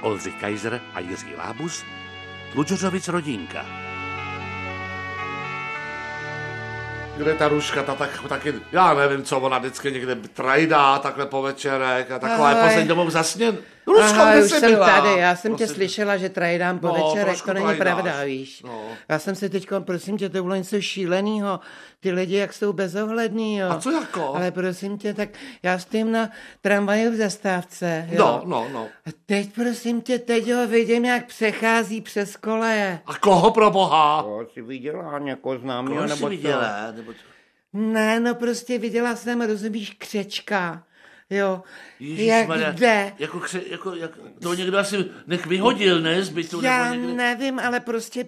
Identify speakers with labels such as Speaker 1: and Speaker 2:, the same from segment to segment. Speaker 1: Oldřich Kaiser a Jiří Lábus, Tlučořovic rodinka.
Speaker 2: Kde ta ruška, ta tak, taky, já nevím, co ona vždycky někde trajdá, takhle po večerek a taková je
Speaker 3: Ahoj.
Speaker 2: poslední dobou zasněn. Ruško,
Speaker 3: Aha,
Speaker 2: kde
Speaker 3: už
Speaker 2: jsi
Speaker 3: jsem
Speaker 2: byla?
Speaker 3: tady, já jsem tě
Speaker 2: Prosím.
Speaker 3: slyšela, že trajdám po
Speaker 2: No,
Speaker 3: večerech,
Speaker 2: trošku
Speaker 3: to není
Speaker 2: trajdáš.
Speaker 3: pravda, víš.
Speaker 2: No.
Speaker 3: Já jsem si teď, prosím tě, to bylo něco šílenýho, ty lidi jak jsou bezohlední, jo.
Speaker 2: A co jako?
Speaker 3: Ale prosím tě, tak já stojím na tramvaju v zastávce, jo.
Speaker 2: No, no, no.
Speaker 3: A teď, prosím tě, teď ho vidím, jak přechází přes koleje.
Speaker 2: A koho pro boha?
Speaker 3: To jsi viděla někoho známého,
Speaker 2: Koho jsi viděla? Nebo co?
Speaker 3: Ne, no prostě viděla jsem, rozumíš, křečka, jo. jak
Speaker 2: Ježišmarja,
Speaker 3: jde.
Speaker 2: Jako, kře, jako, jak, to někdo asi nech vyhodil, ne? Zbytu,
Speaker 3: Já
Speaker 2: nebo někde.
Speaker 3: nevím, ale prostě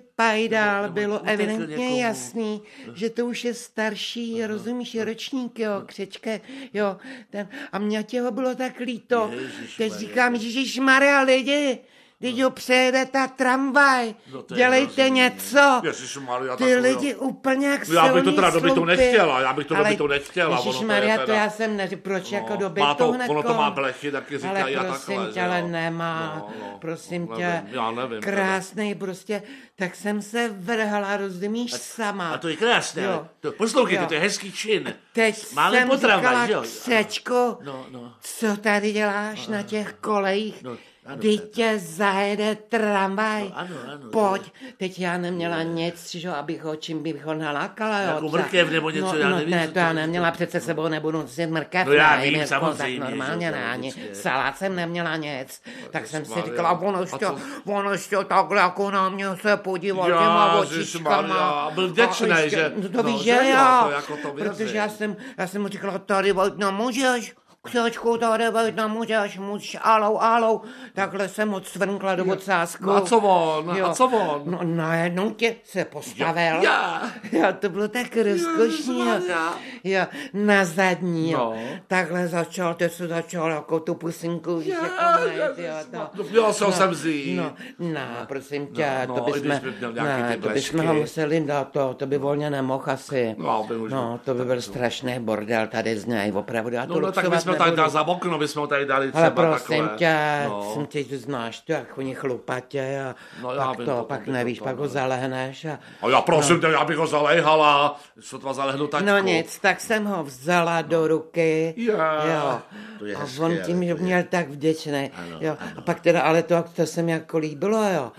Speaker 2: Nebo-
Speaker 3: pajdál
Speaker 2: nebo
Speaker 3: bylo
Speaker 2: utekl
Speaker 3: evidentně
Speaker 2: někomu.
Speaker 3: jasný, že to už je starší, rozumíš, ročník,
Speaker 2: No.
Speaker 3: jo, křečke, jo, ten, a mě těho bylo tak líto. Teď
Speaker 2: Ježišmarja.
Speaker 3: říkám, Ježíš Maria, lidi, teď ho přejede ta tramvaj,
Speaker 2: No to je
Speaker 3: dělejte
Speaker 2: hrozný, ne?
Speaker 3: něco.
Speaker 2: Ježišmarja,
Speaker 3: Ty
Speaker 2: tak-
Speaker 3: lidi úplně jak
Speaker 2: Já bych to
Speaker 3: silný
Speaker 2: teda do bytu
Speaker 3: sloupy.
Speaker 2: nechtěla, já bych to do
Speaker 3: Ale
Speaker 2: bytu nechtěla, ono to je
Speaker 3: Ježišmarja, to
Speaker 2: teda- No,
Speaker 3: já jsem neři, proč jako do bytu
Speaker 2: má to,
Speaker 3: hned
Speaker 2: ono to
Speaker 3: kom?
Speaker 2: má blechy, taky říkají a
Speaker 3: Ale prosím
Speaker 2: takhle,
Speaker 3: tě,
Speaker 2: že jo.
Speaker 3: ale nemá.
Speaker 2: No, no,
Speaker 3: prosím
Speaker 2: nevím,
Speaker 3: tě.
Speaker 2: já nevím teda.
Speaker 3: Krásný prostě. Tak jsem se vrhla, rozumíš, sama.
Speaker 2: A to je krásné,
Speaker 3: Jo.
Speaker 2: ale to, poslouchejte,
Speaker 3: Jo.
Speaker 2: to je hezký čin.
Speaker 3: Teď
Speaker 2: Máme
Speaker 3: jsem
Speaker 2: potrava,
Speaker 3: říkala,
Speaker 2: že jo?
Speaker 3: Křečku,
Speaker 2: No, no.
Speaker 3: co tady děláš na těch kolejích?
Speaker 2: No, ano,
Speaker 3: Teď
Speaker 2: tak.
Speaker 3: tě zajede tramvaj.
Speaker 2: No, ano, ano,
Speaker 3: Pojď. Teď já neměla nic, že jo, abych ho, čím bych ho nalákala. jo,
Speaker 2: Jako
Speaker 3: třeba-
Speaker 2: mrkev nebo něco,
Speaker 3: no,
Speaker 2: já
Speaker 3: no,
Speaker 2: nevím,
Speaker 3: ne,
Speaker 2: co
Speaker 3: to
Speaker 2: to-
Speaker 3: já neměla, přece sebou nebudu nosit mrkev.
Speaker 2: No, já
Speaker 3: ne,
Speaker 2: vím,
Speaker 3: jim je to
Speaker 2: samozřejmě,
Speaker 3: Tak normálně
Speaker 2: že No,
Speaker 3: ne,
Speaker 2: jo,
Speaker 3: ani
Speaker 2: vždycky.
Speaker 3: salát jsem neměla nic. Tak jsem si
Speaker 2: Ježišmarja.
Speaker 3: říkala, on
Speaker 2: A
Speaker 3: ještě,
Speaker 2: co-
Speaker 3: on ještě takhle jako na mě se podíval
Speaker 2: Já,
Speaker 3: těma
Speaker 2: Ježišmarja,
Speaker 3: očičkama.
Speaker 2: byl vděčnej,
Speaker 3: A ještě-
Speaker 2: že-
Speaker 3: No to
Speaker 2: no,
Speaker 3: víš,
Speaker 2: že
Speaker 3: že
Speaker 2: jo,
Speaker 3: jo,
Speaker 2: to jako to
Speaker 3: protože
Speaker 2: vyrazí.
Speaker 3: já jsem, já jsem mu říkala, tady vejít nemůžeš, Křečku, tady vejít nemůžeš, musíš alou, alou. Takhle jsem odsvrnkla do ocásku.
Speaker 2: No a co on? A co on?
Speaker 3: No najednou tě se postavil.
Speaker 2: Já.
Speaker 3: Jo, to bylo tak rozkošný. Jo.
Speaker 2: Ježišmarja.
Speaker 3: jo, na zadní. Jo.
Speaker 2: No.
Speaker 3: Takhle začal, teď se začal jako tu pusinku, víš,
Speaker 2: Já,
Speaker 3: jako najít, jo,
Speaker 2: ježišmarja.
Speaker 3: to.
Speaker 2: No, měl jsem sem vzít.
Speaker 3: No, no, prosím tě,
Speaker 2: No,
Speaker 3: to
Speaker 2: no, i
Speaker 3: bychom,
Speaker 2: když by měl nějaký
Speaker 3: ne,
Speaker 2: ty
Speaker 3: to bychom ho
Speaker 2: blesky.
Speaker 3: museli dát, to, to by volně nemohl asi.
Speaker 2: No, by už-
Speaker 3: no to by byl strašný bordel tady z něj, opravdu. Já to
Speaker 2: No, no tak
Speaker 3: luxovat
Speaker 2: bychom tady
Speaker 3: nebudu.
Speaker 2: dali za okno, bychom tady dali třeba
Speaker 3: Ale prosím
Speaker 2: takhle.
Speaker 3: tě,
Speaker 2: No.
Speaker 3: jsem tě, ty znáš to, jak oni chlupatě a
Speaker 2: No, já
Speaker 3: pak
Speaker 2: vím,
Speaker 3: to,
Speaker 2: potom
Speaker 3: pak
Speaker 2: by to
Speaker 3: nevíš,
Speaker 2: to,
Speaker 3: pak
Speaker 2: no.
Speaker 3: ho zalehneš a...
Speaker 2: A já prosím tě, já bych ho zalejhala. Sotva zalehnu taťku.
Speaker 3: No nic, tak jsem ho vzala do ruky.
Speaker 2: Já.
Speaker 3: Jo.
Speaker 2: No. To je
Speaker 3: a
Speaker 2: hezké,
Speaker 3: on
Speaker 2: ale
Speaker 3: tím,
Speaker 2: to
Speaker 3: že
Speaker 2: je-
Speaker 3: měl tak vděčný. Jo. A pak teda, ale to, to se mi jako líbilo, jo.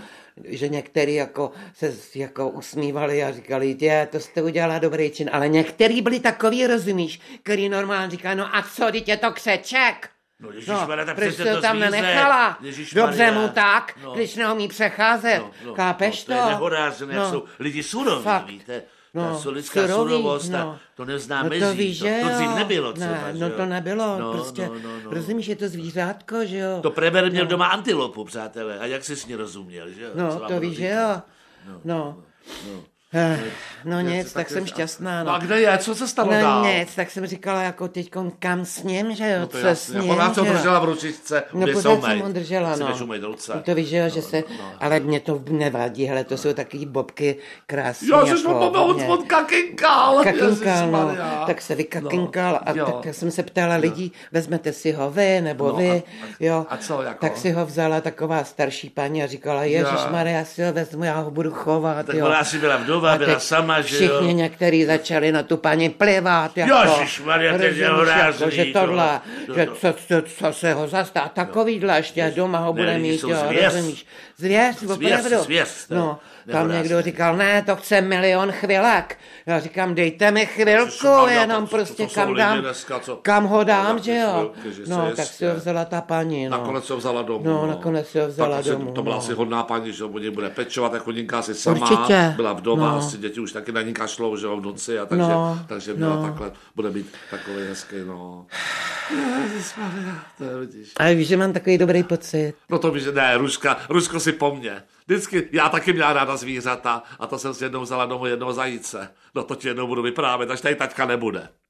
Speaker 3: Že některý jako se s- jako usmívali a říkali, tě, to jste udělala dobrý čin, ale některý byli takový, rozumíš, který normálně říká, no a co, teď je to křeček.
Speaker 2: No, ježišmarja, tak
Speaker 3: proč
Speaker 2: přece
Speaker 3: to
Speaker 2: to
Speaker 3: tam
Speaker 2: zvíře.
Speaker 3: nenechala?
Speaker 2: Ježišmarja.
Speaker 3: Dobře mu tak,
Speaker 2: No.
Speaker 3: když neumí přecházet.
Speaker 2: No, no,
Speaker 3: Kápeš
Speaker 2: no, to? je
Speaker 3: to?
Speaker 2: nehorázné, jak jsou lidi suroví,
Speaker 3: Fakt.
Speaker 2: víte?
Speaker 3: No,
Speaker 2: No, ta lidská
Speaker 3: surový,
Speaker 2: surovost,
Speaker 3: no.
Speaker 2: no. to nezná
Speaker 3: No
Speaker 2: mezí.
Speaker 3: to víš, že
Speaker 2: to, to dřív
Speaker 3: jo.
Speaker 2: nebylo třeba,
Speaker 3: ne,
Speaker 2: že
Speaker 3: No
Speaker 2: jo?
Speaker 3: to nebylo,
Speaker 2: no,
Speaker 3: prostě,
Speaker 2: No, no, no.
Speaker 3: rozumíš, je to zvířátko, že jo?
Speaker 2: To Preber měl doma antilopu, přátelé, a jak jsi s ní rozuměl, že jo? Co
Speaker 3: no,
Speaker 2: vám
Speaker 3: to
Speaker 2: budu
Speaker 3: víš, že
Speaker 2: říkat?
Speaker 3: jo? No, no. Eh, no nic, tak jsem šťastná,
Speaker 2: No a
Speaker 3: no.
Speaker 2: kde je, co se stalo
Speaker 3: No
Speaker 2: dál? No
Speaker 3: nic, tak jsem říkala jako teď kam s ním, že jo,
Speaker 2: to Jako
Speaker 3: co s ním,
Speaker 2: Pořád jsem
Speaker 3: že jo?
Speaker 2: držela v ručičce,
Speaker 3: No
Speaker 2: kde
Speaker 3: pořád
Speaker 2: jsou
Speaker 3: jsem
Speaker 2: mej.
Speaker 3: ho držela,
Speaker 2: Si
Speaker 3: no.
Speaker 2: než umýt ruce. no.
Speaker 3: No to víš, že jo, že se, ale mě to nevadí, hele, to jsou takový bobky jako krásné.
Speaker 2: Já jsem to od, od kakinkal.
Speaker 3: Kakinkal, no, tak se vykakinkal a
Speaker 2: No, jo.
Speaker 3: tak jsem se ptala lidí, vezmete si ho vy nebo
Speaker 2: No,
Speaker 3: vy,
Speaker 2: a- a-
Speaker 3: jo.
Speaker 2: a co jako?
Speaker 3: Tak si ho vzala taková starší paní a říkala, Ježíš Maria, já si ho vezmu, já ho budu chovat,
Speaker 2: Tak
Speaker 3: jo.
Speaker 2: ona asi byla vdova,
Speaker 3: A
Speaker 2: byla
Speaker 3: teď
Speaker 2: sama, že jo.
Speaker 3: Všichni někteří začali na tu paní plivat, jako.
Speaker 2: Ježišmarja, to je
Speaker 3: Rozumíš,
Speaker 2: nehorázný,
Speaker 3: jako, že tohle,
Speaker 2: to- No
Speaker 3: že
Speaker 2: to-
Speaker 3: co, co, co se ho zastá, takovýhle ještě doma ho
Speaker 2: Ne,
Speaker 3: bude
Speaker 2: lidi
Speaker 3: mít,
Speaker 2: jsou
Speaker 3: jo,
Speaker 2: zvěř.
Speaker 3: rozumíš. Zvěř,
Speaker 2: Zvěř,
Speaker 3: opravdu.
Speaker 2: zvěř, to je
Speaker 3: No, tam
Speaker 2: nehorázný.
Speaker 3: někdo říkal, ne, to chce milion chvilek. Já říkám, dejte mi chvilku,
Speaker 2: Ježišmarja,
Speaker 3: jenom
Speaker 2: to- to-
Speaker 3: prostě
Speaker 2: to jsou
Speaker 3: kam
Speaker 2: lidi
Speaker 3: dám,
Speaker 2: dneska, co-
Speaker 3: kam ho dám,
Speaker 2: Taky
Speaker 3: že jo.
Speaker 2: chvilky, že
Speaker 3: No,
Speaker 2: se
Speaker 3: tak si ho
Speaker 2: jistě.
Speaker 3: vzala ta paní, no.
Speaker 2: Nakonec ho vzala domů.
Speaker 3: No, nakonec si ho vzala
Speaker 2: tak asi-
Speaker 3: domů,
Speaker 2: To byla
Speaker 3: no.
Speaker 2: asi hodná paní, že o něj bude pečovat, jako hodinka asi sama.
Speaker 3: Určitě,
Speaker 2: Byla vdoma,
Speaker 3: no.
Speaker 2: no. asi děti už taky na ní kašlou, že jo, v noci, a takže,
Speaker 3: No,
Speaker 2: takže měla
Speaker 3: no.
Speaker 2: takhle, bude mít takový hezký, no. Ježišmarja, to je, vidíš.
Speaker 3: Ale víš, že mám takový dobrý pocit.
Speaker 2: No to víš, že ne, Ruška, Ruško si po mně. Vždycky, já taky měla ráda zvířata a to jsem si jednou vzala domů jednoho zajíce. No to ti jednou budu vyprávět, až tady taťka nebude.